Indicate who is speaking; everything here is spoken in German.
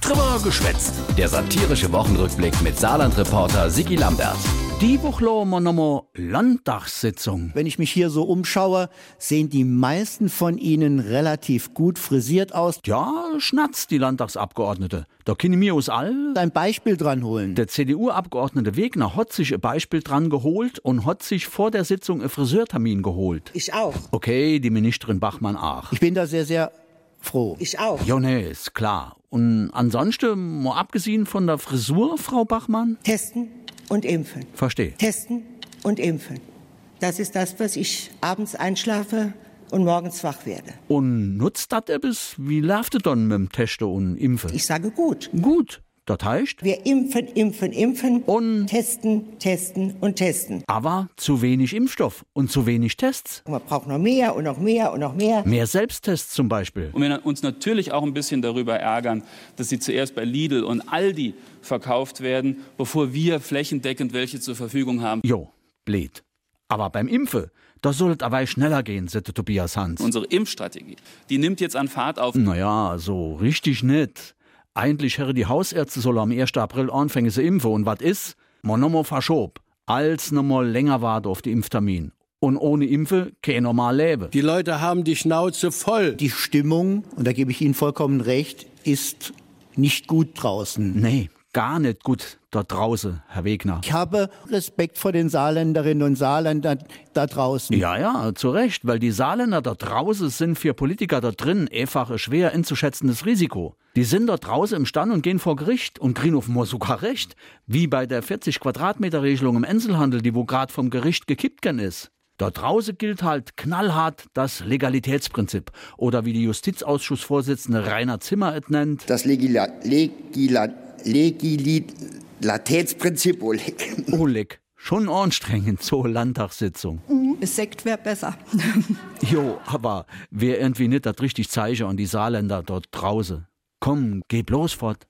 Speaker 1: Drüber geschwätzt. Der satirische Wochenrückblick mit Saarland-Reporter Sigi Lambert.
Speaker 2: Die Woche haben wir nochmal Landtagssitzung.
Speaker 3: Wenn ich mich hier so umschaue, sehen die meisten von Ihnen relativ gut frisiert aus.
Speaker 2: Ja, schnatzt die Landtagsabgeordnete. Da können wir uns all.
Speaker 3: Ein Beispiel dran holen.
Speaker 2: Der CDU-Abgeordnete Wegner hat sich ein Beispiel dran geholt und hat sich vor der Sitzung einen Friseurtermin geholt.
Speaker 4: Ich auch.
Speaker 2: Okay, die Ministerin Bachmann auch.
Speaker 3: Ich bin da sehr, sehr froh.
Speaker 4: Ich auch.
Speaker 2: Ja, nee, ist klar. Und ansonsten, mal abgesehen von der Frisur, Frau Bachmann,
Speaker 4: Testen und impfen.
Speaker 2: verstehe.
Speaker 4: Testen und impfen. Das ist das, was ich abends einschlafe und morgens wach werde.
Speaker 2: Und nutzt das etwas? Wie läuft es dann mit dem Testen und Impfen?
Speaker 4: Ich sage gut.
Speaker 2: Gut, das heißt,
Speaker 4: Wir impfen, impfen, impfen.
Speaker 2: Und?
Speaker 4: testen, testen und testen.
Speaker 2: aber zu wenig Impfstoff und zu wenig Tests.
Speaker 4: Und man braucht noch mehr und noch mehr und noch mehr.
Speaker 2: Mehr Selbsttests zum Beispiel.
Speaker 5: Und wir uns natürlich auch ein bisschen darüber ärgern, dass sie zuerst bei Lidl und Aldi verkauft werden, bevor wir flächendeckend welche zur Verfügung haben.
Speaker 2: Jo, blöd. Aber beim Impfen, da soll es aber schneller gehen, sagte Tobias Hans.
Speaker 5: Unsere Impfstrategie, die nimmt jetzt an Fahrt auf.
Speaker 2: naja, so richtig nicht. Eigentlich hätte die Hausärzte soll am 1. April anfangen zu impfen. Und was ist? Man nochmal verschob. Als nochmal länger wartet auf die Impftermin. Und ohne Impfe kein normal leben.
Speaker 6: Die Leute haben die Schnauze voll.
Speaker 3: Die Stimmung, und da gebe ich Ihnen vollkommen recht, ist nicht gut draußen.
Speaker 2: Nee, gar nicht gut da draußen, Herr Wegner.
Speaker 3: Ich habe Respekt vor den Saarländerinnen und Saarländern da draußen.
Speaker 2: Ja, ja, zu Recht, weil die Saarländer da draußen sind für Politiker da drin einfach ein schwer einzuschätzendes Risiko. Die sind da draußen im Stand und gehen vor Gericht und kriegen auf mal sogar recht, wie bei der 40 Quadratmeter Regelung im Einzelhandel, die wo grad vom Gericht gekippt gern ist. Da draußen gilt halt knallhart das Legalitätsprinzip oder wie die Justizausschussvorsitzende Rainer Zimmer es nennt,
Speaker 7: das Legila Legila Legilitätsprinzip, Oleg.
Speaker 2: Oleg. Schon anstrengend zur Landtagssitzung.
Speaker 8: Ist Sekt wäre besser.
Speaker 2: Jo, aber wer irgendwie nicht das richtig Zeichen an die Saarländer dort draußen. Komm, geh bloß fort.